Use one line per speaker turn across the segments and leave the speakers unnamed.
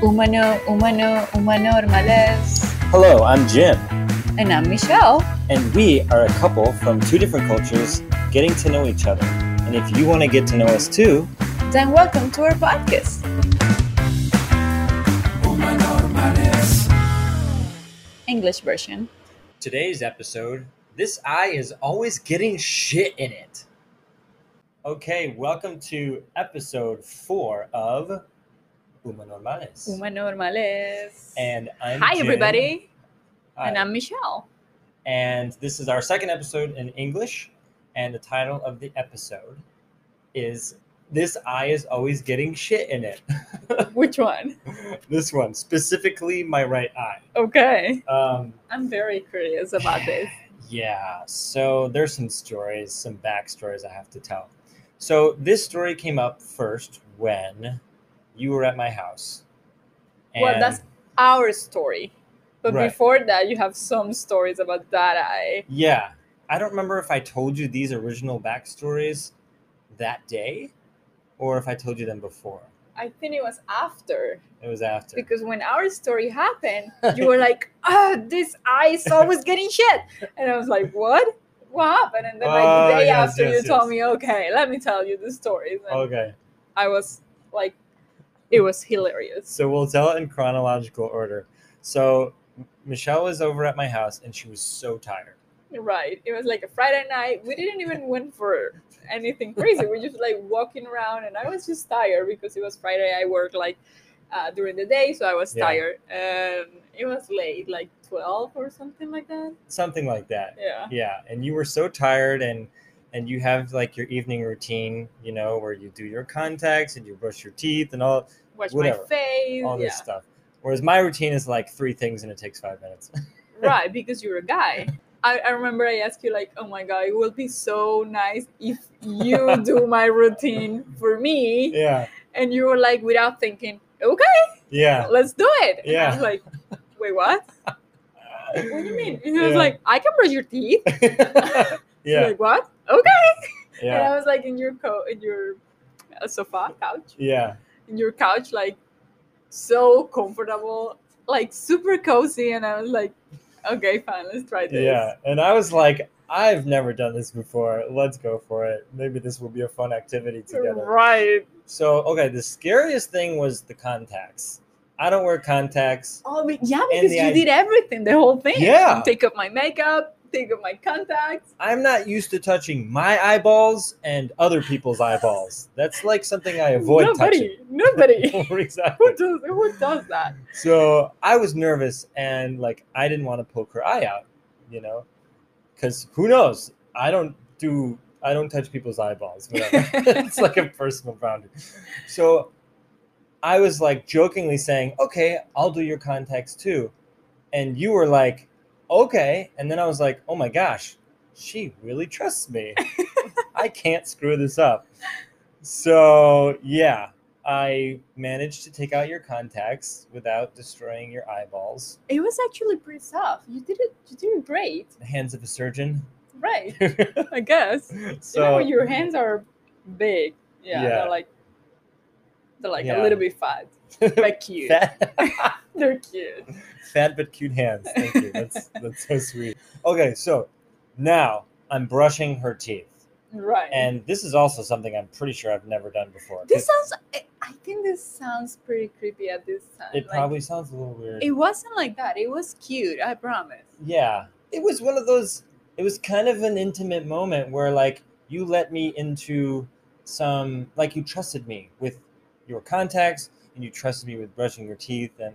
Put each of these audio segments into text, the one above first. Humano, Humano, Humano Normales.
Hello, I'm Jim,
And I'm Michelle.
and we are a couple from two different cultures getting to know each other. And if you want to get to know us too,
Then welcome to our podcast. English version.
today's episode, this eye is always getting shit in it. Okay, welcome to episode four of Uma Normales.
Humano Normales.
and I'm
Hi,
Jim.
everybody.
Hi.
And I'm Michelle.
And this is our second episode in English. And the title of the episode is This Eye is Always Getting Shit in It.
Which one?
this one, specifically my right eye.
Okay.
Um,
I'm very curious about this.
yeah, so there's some stories, some backstories I have to tell. So this story came up first when you were at my house.
Well, that's our story. But
Right.
before that, you have some stories about that eye.
Yeah. I don't remember if I told you these original backstories that day or if I told you them before.
I think it was after
It was after.
because when our story happened, you were like, "Ah, this eye is always getting shit," and I was like, "What? What happened?" And then like the
Oh,
day
yes,
after, you
yes,
told
yes.
me, "Okay, let me tell you the stories," and
okay.
I was like, "It was hilarious."
So we'll tell it in chronological order. So M- Michelle was over at my house and she was so tired.
Right? It was like a Friday night. We didn't even went for anything crazy. we just like walking around, and I was just tired because it was Friday. I worked like uh, during the day, so I was
Yeah.
tired, and it was late, like twelve or something like that.
Something like that.
Yeah.
Yeah. And you were so tired and and you have like your evening routine, you know, where you do your contacts and you brush your teeth and all
Watch
Whatever.
my face.
all
yeah.
this stuff. Whereas my routine is like three things and it takes five minutes.
right because you're a guy I, I remember i asked you like oh my god it would be so nice if you do my routine for me
yeah.
and you were like without thinking okay
Yeah.
let's do it and i
Yeah.
was like wait what what do you mean and i was
Yeah.
like i can brush your teeth
yeah,
You're
yeah,
like what okay and
yeah,
i was like in your co in your uh, sofa couch
yeah,
in your couch like so comfortable like super cozy and i was like okay fine let's try this
And I was like, I've never done this before. Let's go for it. Maybe this will be a fun activity together.
right
So, okay, the scariest thing was the contacts. I don't wear contacts.
Oh, but yeah,
And
because
the
you
id-
did everything, the whole thing.
Yeah.
Take up my makeup, take up my contacts.
I'm not used to touching my eyeballs and other people's eyeballs. That's like something I avoid
nobody, nobody.
touching. exactly.
who does who does that?
So I was nervous and like I didn't want to poke her eye out, you know, because who knows? I don't do I don't touch people's eyeballs. Whatever. it's like a personal boundary. So I was like jokingly saying, "Okay, I'll do your contacts too," and you were like, "Okay," and then I was like, "Oh my gosh, she really trusts me. I can't screw this up." So yeah, I managed to take out your contacts without destroying your eyeballs.
It was actually pretty soft. You did it you did it great.
The hands of a surgeon.
Right. I guess. you know
so
when your hands are big. Yeah.
Yeah.
They're like they're like a
Yeah.
little bit fat. But cute.
fat,
They're cute.
fat but cute hands. Thank you. That's that's so sweet. Okay, so now I'm brushing her teeth,
Right.
and this is also something I'm pretty sure I've never done before.
this sounds I- I think this sounds pretty creepy at this time.
it
like,
probably sounds a little weird.
it wasn't like that. It was cute, I promise.
yeah, it was one of those. It was kind of an intimate moment where like you let me into some like you trusted me with your contacts and you trusted me with brushing your teeth and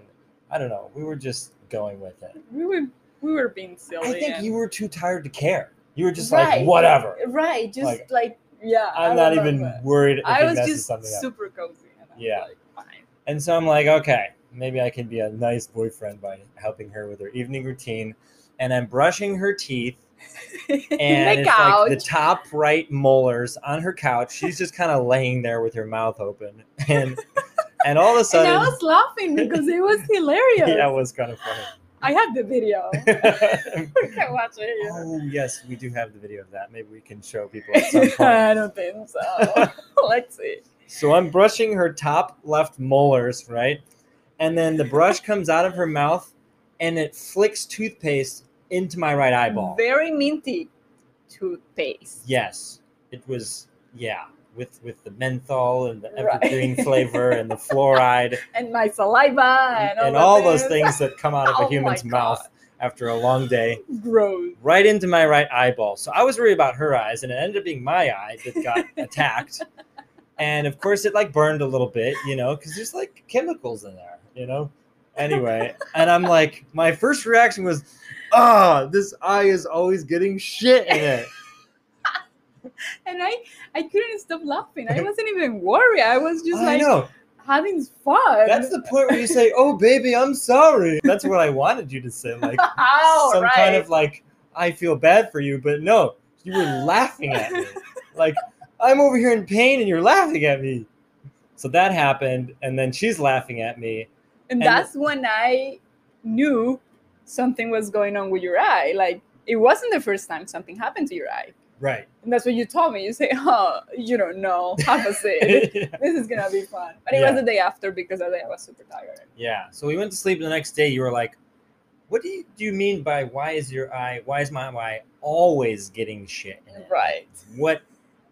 I don't know. We were just going with it.
we were we were being silly.
I think
and-
you were too tired to care. You were just
Right.
like, whatever.
right, just like,
Like,
yeah. I
I'm not even
remember.
worried if
I
it
was
messes
just
something up.
super cozy. And I was
Yeah.
like, fine.
And so I'm like, okay, maybe I can be a nice boyfriend by helping her with her evening routine. And I'm brushing her teeth, and
the
it's like the
couch.
top right molars on her couch. She's just kind of laying there with her mouth open, and and all of a
and
sudden,
I was laughing because it was hilarious.
yeah, it was kind of
I have the video.
funny.
I can watch it. yeah.
oh yes, we do have the video of that. Maybe we can show people at some point.
I don't think so. Let's see.
So I'm brushing her top left molars, right? and then the brush comes out of her mouth and it flicks toothpaste into my right eyeball.
Very minty toothpaste.
Yes, it was. Yeah, with with the menthol and the
Right.
evergreen flavor and the fluoride
And my saliva and all,
and
that
all those
is
things that come out of
Oh
a
my
human's
God.
mouth after a long day,
Gross.
right into my right eyeball. So I was worried about her eyes, and it ended up being my eye that got attacked. And of course, it like burned a little bit, you know, because there's like chemicals in there, you know. Anyway, and I'm like, my first reaction was, ah, this eye is always getting shit in it.
And I, I couldn't stop laughing. I wasn't even worried. I was just
I
like
know.
having fun.
That's the point where you say, "Oh, baby, I'm sorry." That's what I wanted you to say, like
oh,
some
right.
kind of like, "I feel bad for you," but no, you were laughing at me. Like I'm over here in pain, and you're laughing at me. So that happened, and then she's laughing at me.
and
and-
that's when I knew something was going on with your eye. Like it wasn't the first time something happened to your eye.
Right.
And that's what you told me. You say, oh, you don't know. Have a seat.
yeah.
this is gonna be fun. But it
Yeah.
was the day after because I was super tired.
So we went to sleep, and the next day you were like, "What do you do you mean by why is your eye? Why is my eye always getting shit?" In it?
Right.
What?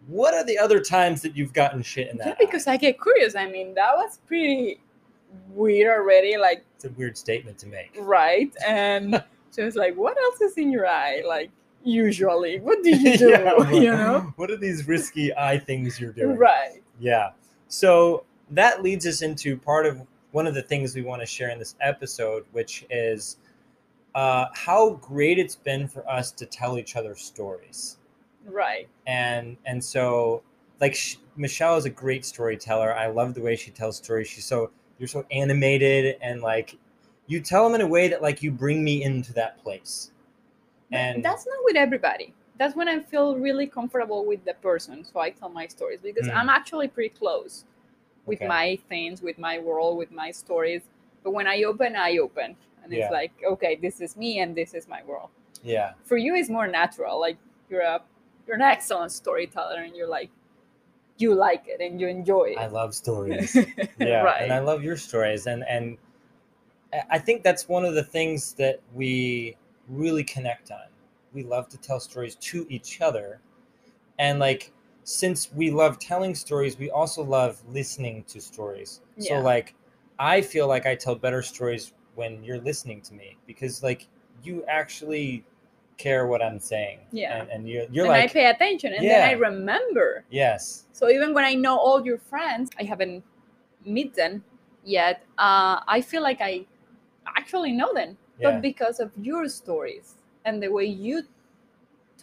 What are the other times that you've gotten shit in that?
Yeah,
eye?
because I get curious. I mean, that was pretty weird already, like
it's a weird statement to make.
right. And so it's like, what else is in your eye? Like usually, what do you do?
Yeah, I'm
you
like,
know?
what are these risky eye things you're doing
Right.
yeah so that leads us into part of one of the things we want to share in this episode which is uh, how great it's been for us to tell each other stories
Right.
and and so like sh- michelle is a great storyteller i love the way she tells stories she's so you're so animated and like you tell them in a way that like you bring me into that place and
that's not with everybody. That's when I feel really comfortable with the person. So I tell my stories because
Mm.
I'm actually pretty close with
Okay.
my things, with my world, with my stories. But when I open, I open. And
Yeah.
it's like, okay, this is me and this is my world.
yeah
For you it's more natural. Like you're a you're an excellent storyteller and you're like you like it and you enjoy
i
it.
love stories yeah
right.
and i love your stories and and I- i think that's one of the things that we really connect on we love to tell stories to each other and like since we love telling stories we also love listening to stories
Yeah.
so like i feel like i tell better stories when you're listening to me because like you actually care what i'm saying
Yeah.
and, and you're, you're
and
like
I pay attention and then I
Yeah.
remember.
yes
So even when I know all your friends, I haven't met them yet. Uh, I feel like I actually know them,
yeah
but because of your stories and the way you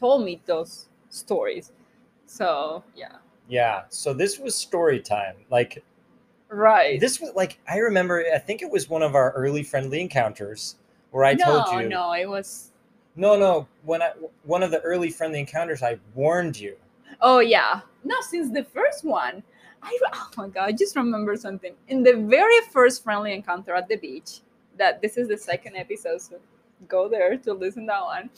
told me those stories. So yeah,
yeah so this was story time like
right.
This was like I remember. I think it was one of our early friendly encounters where I
no,
told you.
no, it was.
no, no. When I one of the early friendly encounters, I warned you.
Oh yeah, no, since the first one. I, oh my god! I just remember something. In the very first friendly encounter at the beach, that this is the second episode, so go there to listen that one.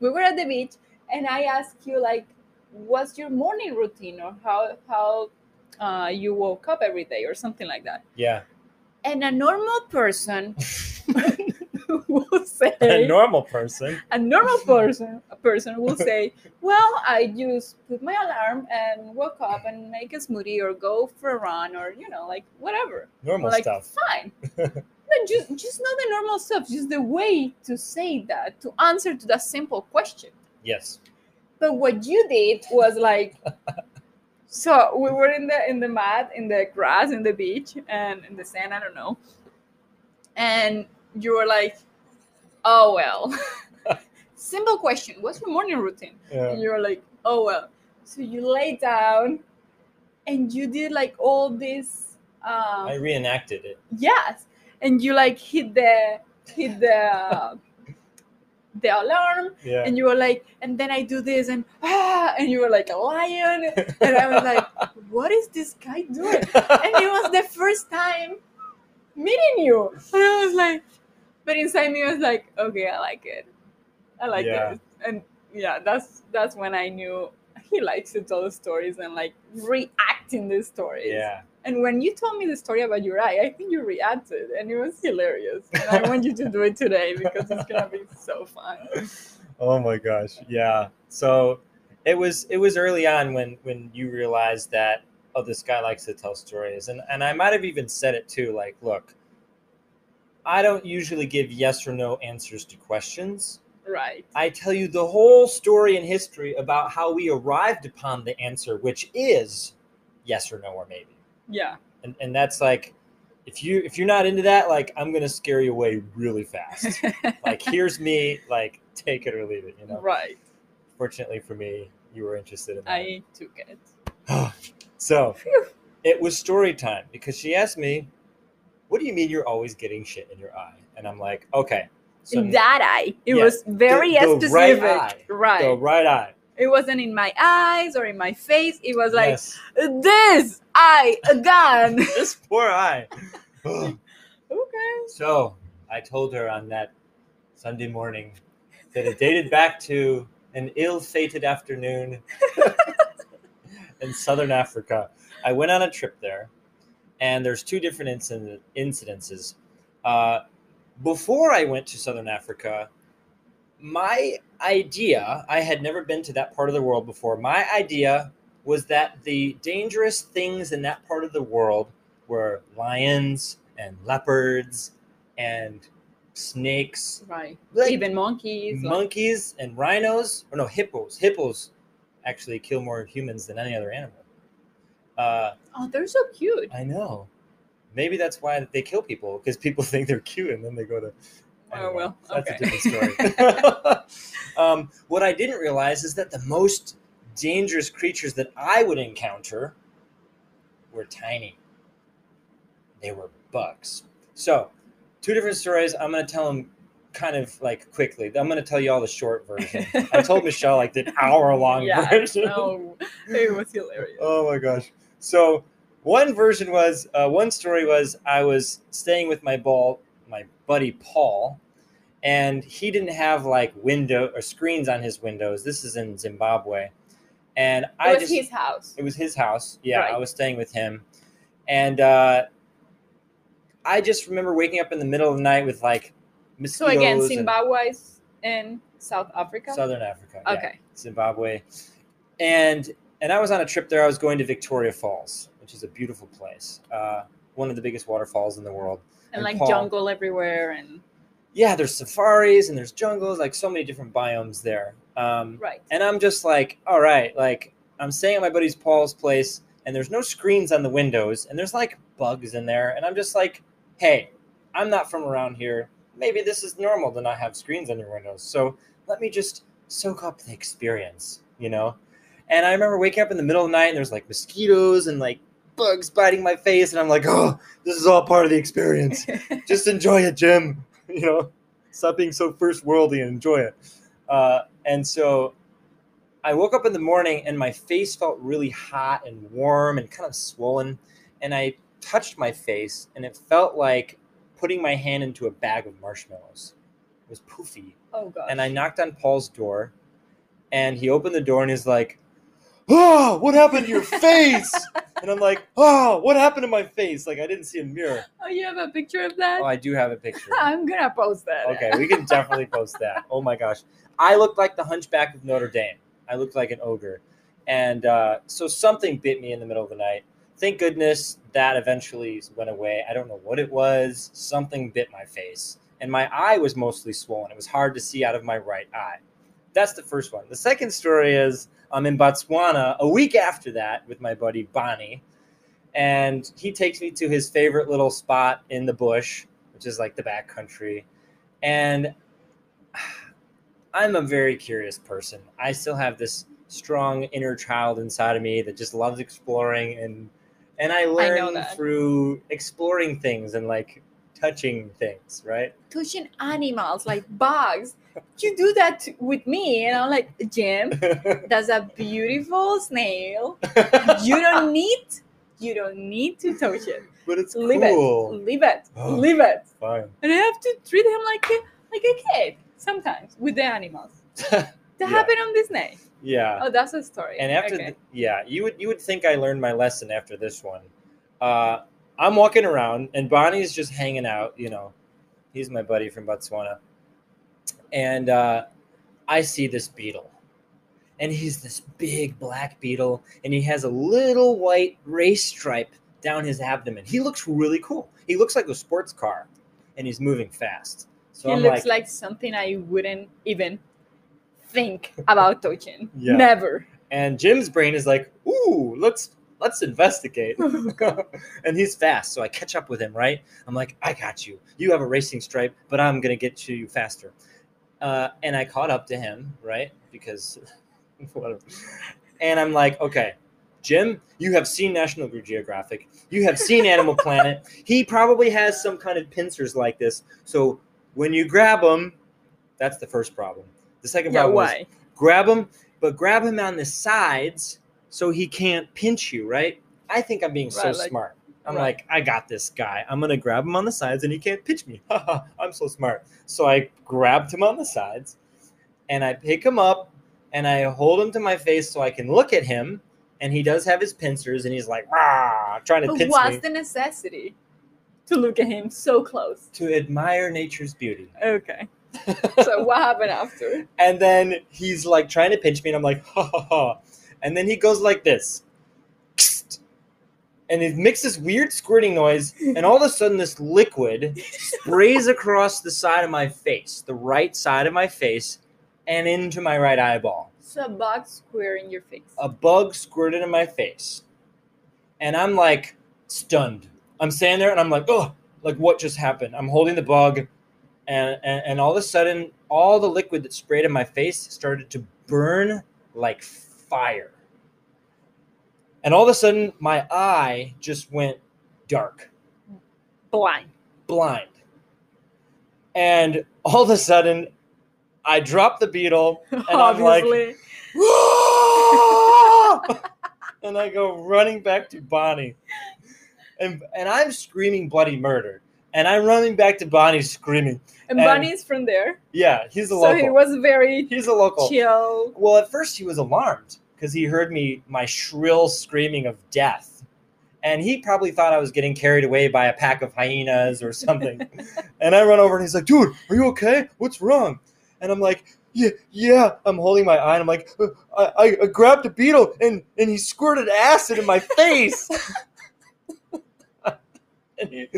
We were at the beach, and I asked you like, "What's your morning routine, or how how uh, you woke up every day, or something like that?"
Yeah,
And a normal person will say,
a normal person.
a normal person a person will say well i just put my alarm and wake up and make a smoothie or go for a run or you know like whatever
Normal
like
stuff.
fine but just just not the normal stuff just the way to say that to answer to that simple question
Yes.
but what you did was like so we were in the in the mat in the grass in the beach and in the sand i don't know and you were like oh well simple question what's your morning routine
Yeah.
and you were like oh well so you lay down and you did like all this um
I reenacted it.
yes and you like hit the hit the the alarm
Yeah.
and you were like, and then I do this, and ah, and you were like a lion, and I was like, what is this guy doing? And it was the first time meeting you, and I was like, but inside me I was like, okay, I like it, I like
Yeah.
it, and yeah, that's that's when I knew he likes to tell stories and like reacting the stories.
yeah.
And when you told me the story about your eye, I think you reacted and it was hilarious. And I want you to do it today because it's gonna be so fun.
oh my gosh yeah so it was it was early on when when you realized that oh this guy likes to tell stories and and i might have even said it too like look i don't usually give yes or no answers to questions
Right.
i tell you the whole story and history about how we arrived upon the answer which is yes or no or maybe
Yeah.
and and that's like if you if you're not into that like i'm gonna scare you away really fast like here's me like take it or leave it you know
Right.
fortunately for me, you were interested in that.
I took it.
so
Phew.
it was story time because she asked me, What do you mean you're always getting shit in your eye? And I'm like, Okay. So
that eye. It
Yeah.
was very
The- the right
specific.
eye.
Right.
the right eye.
It wasn't in my eyes or in my face. It was like
yes.
this eye again.
this poor eye. Ugh.
okay.
so I told her on that Sunday morning that it dated back to an ill fated afternoon in southern Africa. I went on a trip there, and there's two different incident, incidences. Uh, before I went to southern Africa, my idea, I had never been to that part of the world before. My idea was that the dangerous things in that part of the world were lions and leopards and snakes.
Right.
Like,
Even monkeys. like-
monkeys and rhinos or no hippos hippos actually kill more humans than any other animal uh,
oh, they're so cute.
i know maybe that's why they kill people because people think they're cute and then they go to
Oh,
anyway,
well.
that's
okay.
a different story um, what i didn't realize is that the most dangerous creatures that i would encounter were tiny they were bugs so two different stories i'm going to tell them kind of like quickly i'm going to tell you all the short version I told Michelle like the hour long
Yeah,
version.
No, it was hilarious.
Oh my gosh. So one version was uh, one story was I was staying with my ball my buddy Paul, and he didn't have like window or screens on his windows. This is in Zimbabwe, and
it
I
was
just
his house.
it was his house. Yeah,
Right.
I was staying with him, and uh, I just remember waking up in the middle of the night with like
So
mosquitoes.
again,
and
Zimbabwe is in South Africa.
Southern Africa. yeah.
okay.
Zimbabwe, and and I was on a trip there. I was going to Victoria Falls, which is a beautiful place, uh, one of the biggest waterfalls in the world.
And
And
like
Paul-
jungle everywhere and
Yeah, there's safaris and there's jungles, like so many different biomes there. Um,
right.
and I'm just like, all right, like I'm staying at my buddy's Paul's place, and there's no screens on the windows, and there's like bugs in there, and I'm just like, hey, I'm not from around here. Maybe this is normal to not have screens on your windows. So let me just soak up the experience, you know? And I remember waking up in the middle of the night and there's like mosquitoes and like bugs biting my face, and I'm like, oh, this is all part of the experience just enjoy it, Jim. You know, stop being so first worldly and enjoy it. Uh, and so I woke up in the morning and my face felt really hot and warm and kind of swollen. And I touched my face and it felt like putting my hand into a bag of marshmallows. It was poofy.
oh god.
And I knocked on Paul's door and he opened the door and he's like, Oh, what happened to your face? and I'm like, Oh, what happened to my face? Like, I didn't see a mirror.
Oh, you have a picture of that?
Oh, I do have a picture.
I'm gonna post that.
Okay, we can definitely post that. Oh my gosh, I looked like the Hunchback of Notre Dame. I looked like an ogre, and uh, so something bit me in the middle of the night. Thank goodness that eventually went away. I don't know what it was. Something bit my face, and my eye was mostly swollen. It was hard to see out of my right eye. That's the first one. The second story is I'm in Botswana a week after that with my buddy Bonnie, and he takes me to his favorite little spot in the bush, which is like the back country. And I'm a very curious person. I still have this strong inner child inside of me that just loves exploring and and I learn
that.
through exploring things and like touching things, right?
Touching animals like bugs. You do that t- with me, and I'm like, Jim, that's a beautiful snail. You don't need, you don't need to touch it.
but it's
Leave
cool.
it, leave it, leave it.
Fine.
And I have to treat him like a, like a kid sometimes with the animals. That
Yeah.
happened on Disney.
yeah.
Oh, that's a story.
And after,
okay.
th- yeah, you would you would think I learned my lesson after this one, uh, I'm walking around and Bonnie's just hanging out. You know, he's my buddy from Botswana. And uh, I see this beetle. And he's this big black beetle. And he has a little white race stripe down his abdomen. He looks really cool. He looks like a sports car and he's moving fast. So
he
I'm
looks
like,
like something I wouldn't even think about touching.
Yeah.
Never.
and Jim's brain is like, "Ooh, let's let's investigate." and he's fast, so I catch up with him. Right? I'm like, "I got you. You have a racing stripe, but I'm gonna get to you faster." Uh, and I caught up to him, right? Because whatever. And I'm like, "Okay, Jim, you have seen National Geographic. You have seen Animal Planet. He probably has some kind of pincers like this. So when you grab him, that's the first problem. The second
Yeah,
problem is
why?
grab him, but grab him on the sides so he can't pinch you, right? I think I'm being so
Right, like-
smart. I'm
right.
like, I got this guy. I'm gonna grab him on the sides and he can't pinch me. I'm so smart. So I grabbed him on the sides and I pick him up and I hold him to my face so I can look at him. And he does have his pincers and he's like, "Rah," trying to
But
pinch
what's
me
the necessity to look at him so close?
to admire nature's beauty.
Okay. So what happened after?
And then he's like trying to pinch me, and I'm like, ha ha ha. And then he goes like this. And it makes this weird squirting noise, and all of a sudden, this liquid sprays across the side of my face, the right side of my face, and into my right eyeball.
So a bug square in your face.
A bug squirted in my face. And I'm like stunned. I'm standing there and I'm like, oh, like what just happened? I'm holding the bug, and, and, and all of a sudden, all the liquid that sprayed in my face started to burn like fire. And all of a sudden, my eye just went dark,
Blind.
blind. And all of a sudden, I dropped the beetle
And
I'm like-
Obviously.
and I go running back to Bonnie. And and I'm screaming bloody murder. And I'm running back to Bonnie screaming.
and
and-
Bunny's from there.
Yeah, he's a
So
local.
he was very
he's a local.
chill.
Well, at first he was alarmed because he heard me my shrill screaming of death. And he probably thought I was getting carried away by a pack of hyenas or something. and I run over and he's like, dude, are you okay? What's wrong? And I'm like, yeah, yeah. I'm holding my eye and I'm like, "Uh, I, I, I grabbed a beetle and, and he squirted acid in my face. and, he-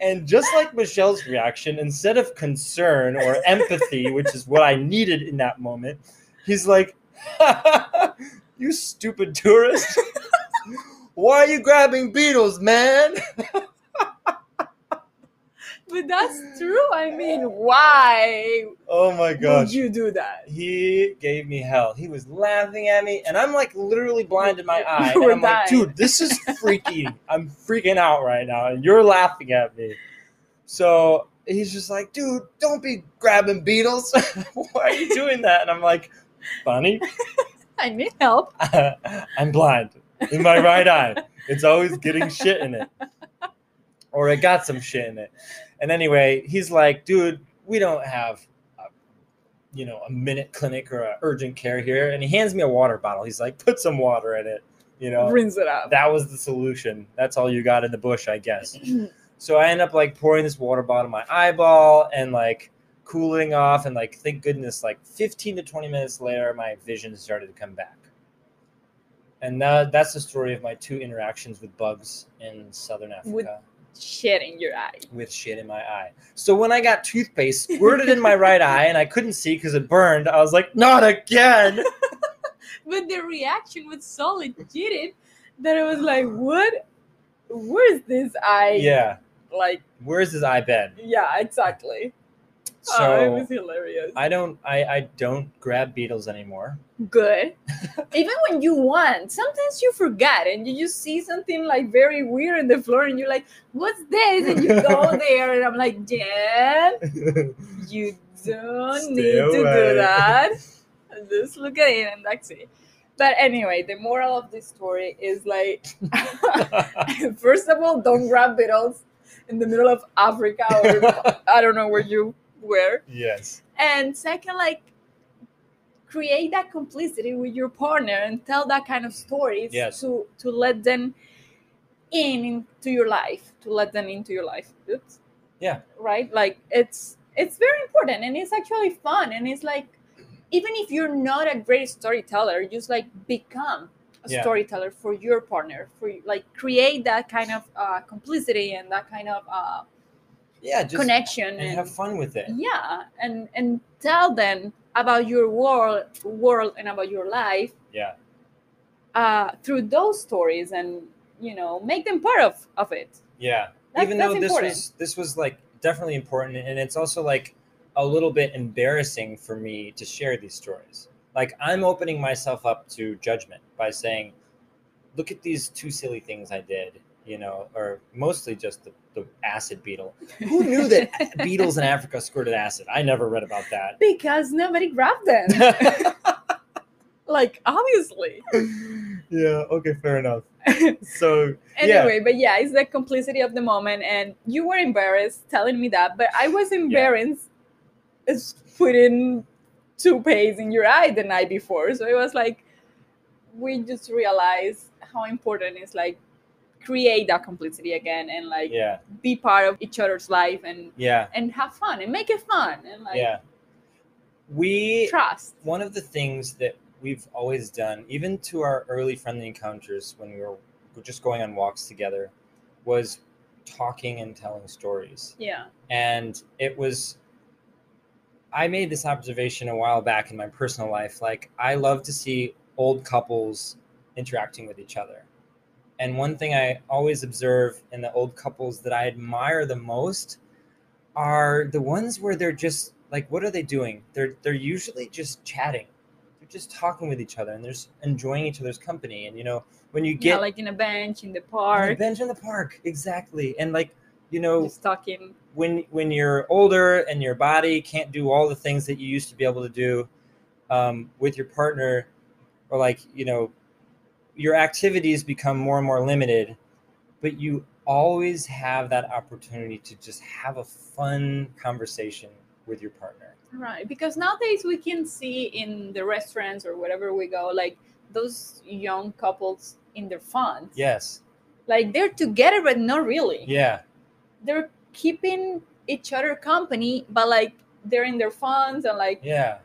and just like Michelle's reaction, instead of concern or empathy, which is what I needed in that moment, He's like, "You stupid tourist! Why are you grabbing beetles, man?"
But that's true. I mean, why
Oh my
would
gosh,
you do that?
he gave me hell. He was laughing at me, and I'm like literally blind in my eye.
You
and
were
I'm like,
dying.
"Dude, this is freaky. I'm freaking out right now, and you're laughing at me." So he's just like, "Dude, don't be grabbing beetles. Why are you doing that?" And I'm like, "Funny,
I need help.
I'm blind in my right eye. It's always getting shit in it. Or it got some shit in it. And anyway, he's like, dude, we don't have a, you know, a minute clinic or a urgent care here. And he hands me a water bottle. He's like, put some water in it. You know,
Rinse it up.
that was the solution. That's all you got in the bush, I guess. So I end up like pouring this water bottle in my eyeball and like cooling off. And like, thank goodness, like 15 to 20 minutes later, my vision started to come back. And that, that's the story of my two interactions with bugs in southern Africa
With- Shit in your eye.
with shit in my eye. So when I got toothpaste squirted in my right eye and I couldn't see because it burned, I was like, not again.
But the reaction was so legit that I was like, what? Where is this eye?
yeah.
Like,
Where's his eye bed?
yeah, exactly.
So
oh, it was hilarious.
I don't I, I don't grab beetles anymore.
Good. Even when you want, sometimes you forget and you just see something like very weird on the floor and you're like, what's this? And you go there and I'm like, Jen, Oh, you don't
Stay
need to
away.
do that. Just look at it and that's it. But anyway, the moral of this story is like, first of all, don't grab beetles in the middle of Africa or I don't know where you were.
yes.
And second, like, create that complicity with your partner and tell that kind of stories
Yes.
to to let them in into your life to let them into your life oops
Yeah.
right like it's it's very important and it's actually fun and it's like even if you're not a great storyteller just like become a
Yeah.
storyteller for your partner for like create that kind of uh, complicity and that kind of uh,
yeah, just
connection
and have fun with it.
yeah and and tell them about your world world and about your life
Yeah.
uh through those stories and you know make them part of of it
Yeah.
That-
Even
that's
though this
important.
was this was like definitely important and it's also like a little bit embarrassing for me to share these stories. Like I'm opening myself up to judgment by saying, look at these two silly things I did, you know, or mostly just the, the acid beetle. Who knew that beetles in Africa squirted acid? I never read about that.
because nobody grabbed them like obviously
yeah, okay, fair enough. So Yeah.
anyway but yeah it's the complicity of the moment and you were embarrassed telling me that but i was embarrassed as putting toupees in your eye the night before so it was like we just realized how important it's like create that complicity again and like
yeah,
be part of each other's life and
yeah,
and have fun and make it fun and like
yeah. We
trust
one of the things that we've always done, even to our early friendly encounters when we were just going on walks together, was talking and telling stories.
yeah
And it was, I made this observation a while back in my personal life. Like, I love to see old couples interacting with each other. And one thing I always observe in the old couples that I admire the most are the ones where they're just like, what are they doing? They're they're usually just chatting. They're just talking with each other and they're just enjoying each other's company. And you know, when you
yeah
get
like in a bench in the
on the
park
bench in the park, exactly. And like, you know,
just talking
when when you're older and your body can't do all the things that you used to be able to do um, with your partner or like you know your activities become more and more limited but you always have that opportunity to just have a fun conversation with your partner
Right, because nowadays we can see in the restaurants or wherever we go, like those young couples in their fun.
yes
Like they're together, but not really.
yeah
They're keeping each other company, but like they're in their funds and like,
yeah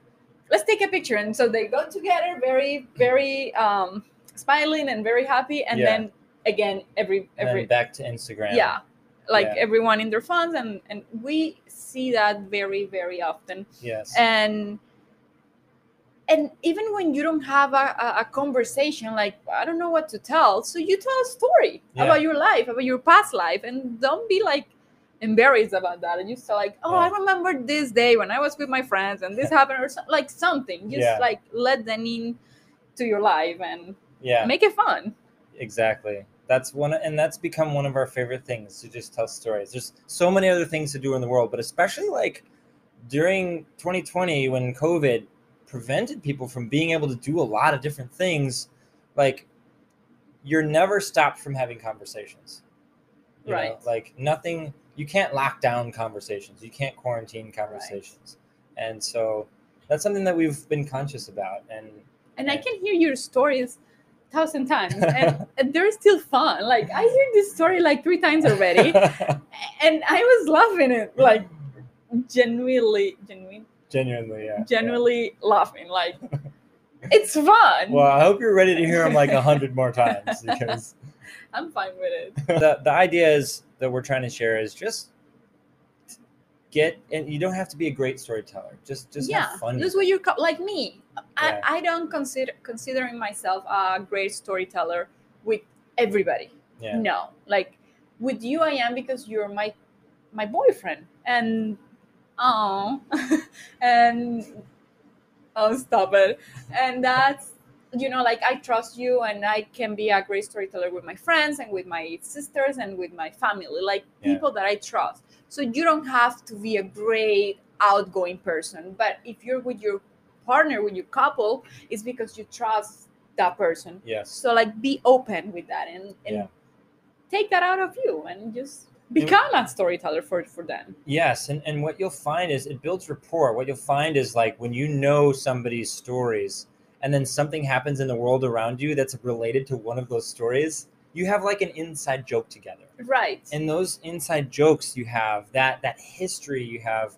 let's take a picture. And so they go together, very, very um, smiling and very happy. And
Yeah.
then again, every,
and
every,
then back to instagram
yeah like
Yeah.
everyone in their funds and and we see that very very often
yes
and and even when you don't have a, a, a conversation like i don't know what to tell so you tell a story
Yeah.
about your life about your past life and don't be like embarrassed about that and you say like oh i
Yeah.
remember this day when i was with my friends and this happened or so, like something just
Yeah.
like let them in to your life and
yeah
make it fun
Exactly. That's one, and that's become one of our favorite things to just tell stories. There's so many other things to do in the world, but especially like during 2020 when COVID prevented people from being able to do a lot of different things, like you're never stopped from having conversations. You know,
Right.
Like nothing, you can't lock down conversations, you can't quarantine conversations. And so that's something that we've been conscious about. And
and I
Yeah.
can hear your stories thousand times and, and they're still fun like i hear this story like three times already and i was laughing it like genuinely genuinely
genuinely, yeah. yeah.
genuinely laughing like it's fun
Well, I hope you're ready to hear them like a hundred more times because
i'm fine with it
the, the idea is that we're trying to share is just get and you don't have to be a great storyteller. Just just
yeah
have fun.
that's
with
what you're co- like me
Yeah.
I, I don't consider considering myself a great storyteller with everybody
it. yeah.
no like with you i am because you're my my boyfriend and oh and oh stop it and that's you know like i trust you and i can be a great storyteller with my friends and with my sisters and with my family like
Yeah.
people that i trust so you don't have to be a great outgoing person but if you're with your partner with your couple it's because you trust that person
Yes.
so like be open with that and, and
Yeah.
take that out of you and just become a storyteller for for them.
Yes. And and what you'll find is it builds rapport. What you'll find is like when you know somebody's stories and then something happens in the world around you that's related to one of those stories, you have like an inside joke together
right
and those inside jokes you have that that history you have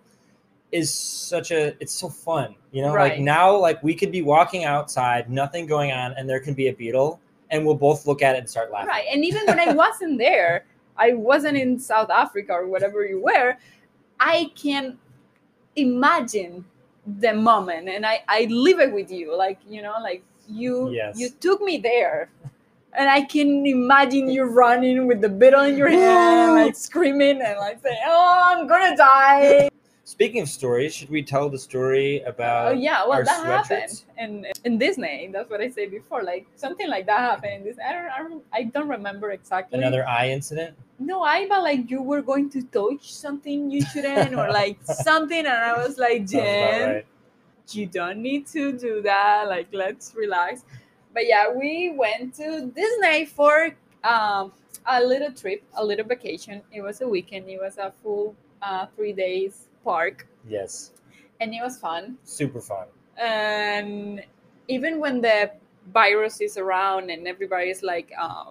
is such a it's so fun you know like
Right.
now like we could be walking outside nothing going on and there can be a beetle and we'll both look at it and start laughing
right and even when i wasn't there i wasn't in south africa or whatever you were i can imagine the moment and i i live it with you like you know like you
Yes.
you took me there and I can imagine you running with the beetle in your hand, like screaming and like saying, "Oh, I'm gonna die!"
speaking of stories should we tell the story about
oh yeah, well
our
that happened
sweatshirts?
in in Disney. That's what I said before. Like something like that happened. in Disney. I don't, I don't, I don't remember exactly.
another eye incident
no, I but like you were going to touch something you shouldn't, or like something, and I was like,
Sounds about
Jen,
right.
you don't need to do that. Like, let's relax. But yeah, we went to Disney for um, a little trip, a little vacation. It was a weekend. It was a full uh, three days park,
yes
and it was fun.
super fun
And even when the virus is around and everybody's like uh,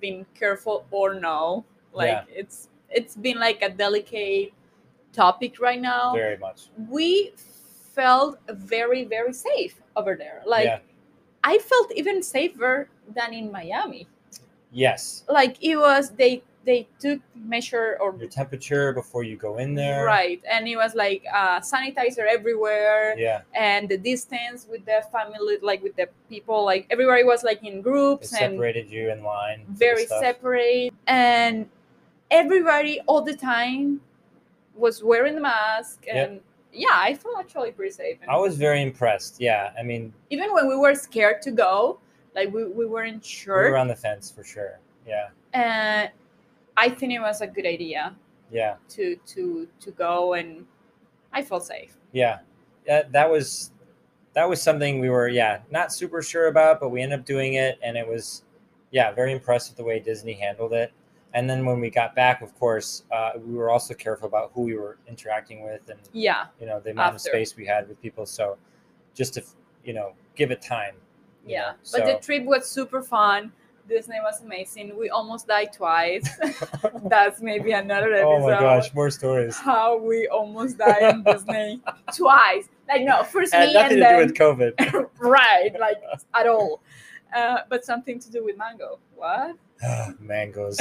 being careful or no, like it's it's been like a delicate topic right now
very much
we felt very very safe over there like
yeah
i felt even safer than in miami
yes
like it was they they took measure or
your temperature before you go in there
right and it was like uh, sanitizer everywhere
yeah
and the distance with the family like with the people like everybody was like in
it
groups and
separated you in line for the
very
stuff.
separate and everybody all the time was wearing the mask
Yep.
and yeah i felt actually pretty safe and
i was very impressed yeah i mean
even when we were scared to go, like we, we weren't
we
sure.
were on the fence for sure yeah
and I think it was a good idea
yeah
to to to go, and I felt safe.
yeah that, that was that was something we were yeah not super sure about but we ended up doing it and it was yeah very impressed with the way disney handled it and then when we got back of course uh, we were also careful about who we were interacting with and
Yeah,
you know the amount of
After.
space we had with people so just to you know give it time you
yeah.
know,
But the
so
trip was super fun. Disney was amazing. We almost died twice. That's maybe another episode.
oh my gosh more stories
How we almost died in Disney twice. Like no, first
had
me
nothing
and
to
then
do with covid
right, like at all. Uh, but something to do with mango. What?
mangoes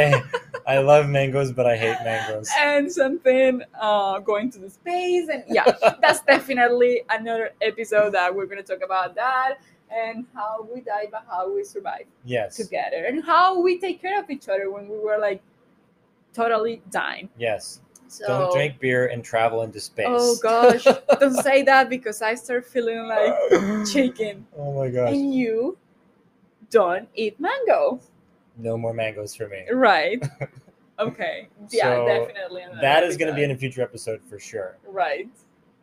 i i love mangoes but i hate mangoes
and something uh, going to the space and yeah that's definitely another episode that we're going to talk about that and how we die but how we survive
yes
together and how we take care of each other when we were like totally dying
yes
so
Don't drink beer and travel into space.
oh gosh don't say that because i start feeling like chicken
Oh my gosh.
and you don't eat mango
No more mangoes for me.
right okay yeah
So,
definitely another
That is going to be in
episode.
a future episode for sure.
right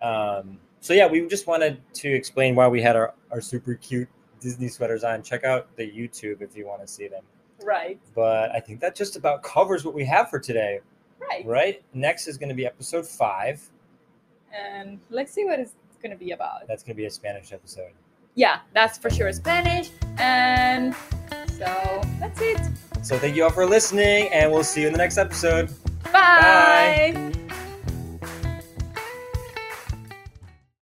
Um, so, yeah, we just wanted to explain why we had our, our super cute Disney sweaters on. Check out the YouTube if you want to see them.
right
But I think that just about covers what we have for today,
right
right? Next is going to be episode five.
and let's see what it's going to be about.
That's going to be a Spanish episode.
Yeah, that's for sure Spanish. And so that's it.
So, thank you all for listening, and we'll see you in the next episode.
Bye.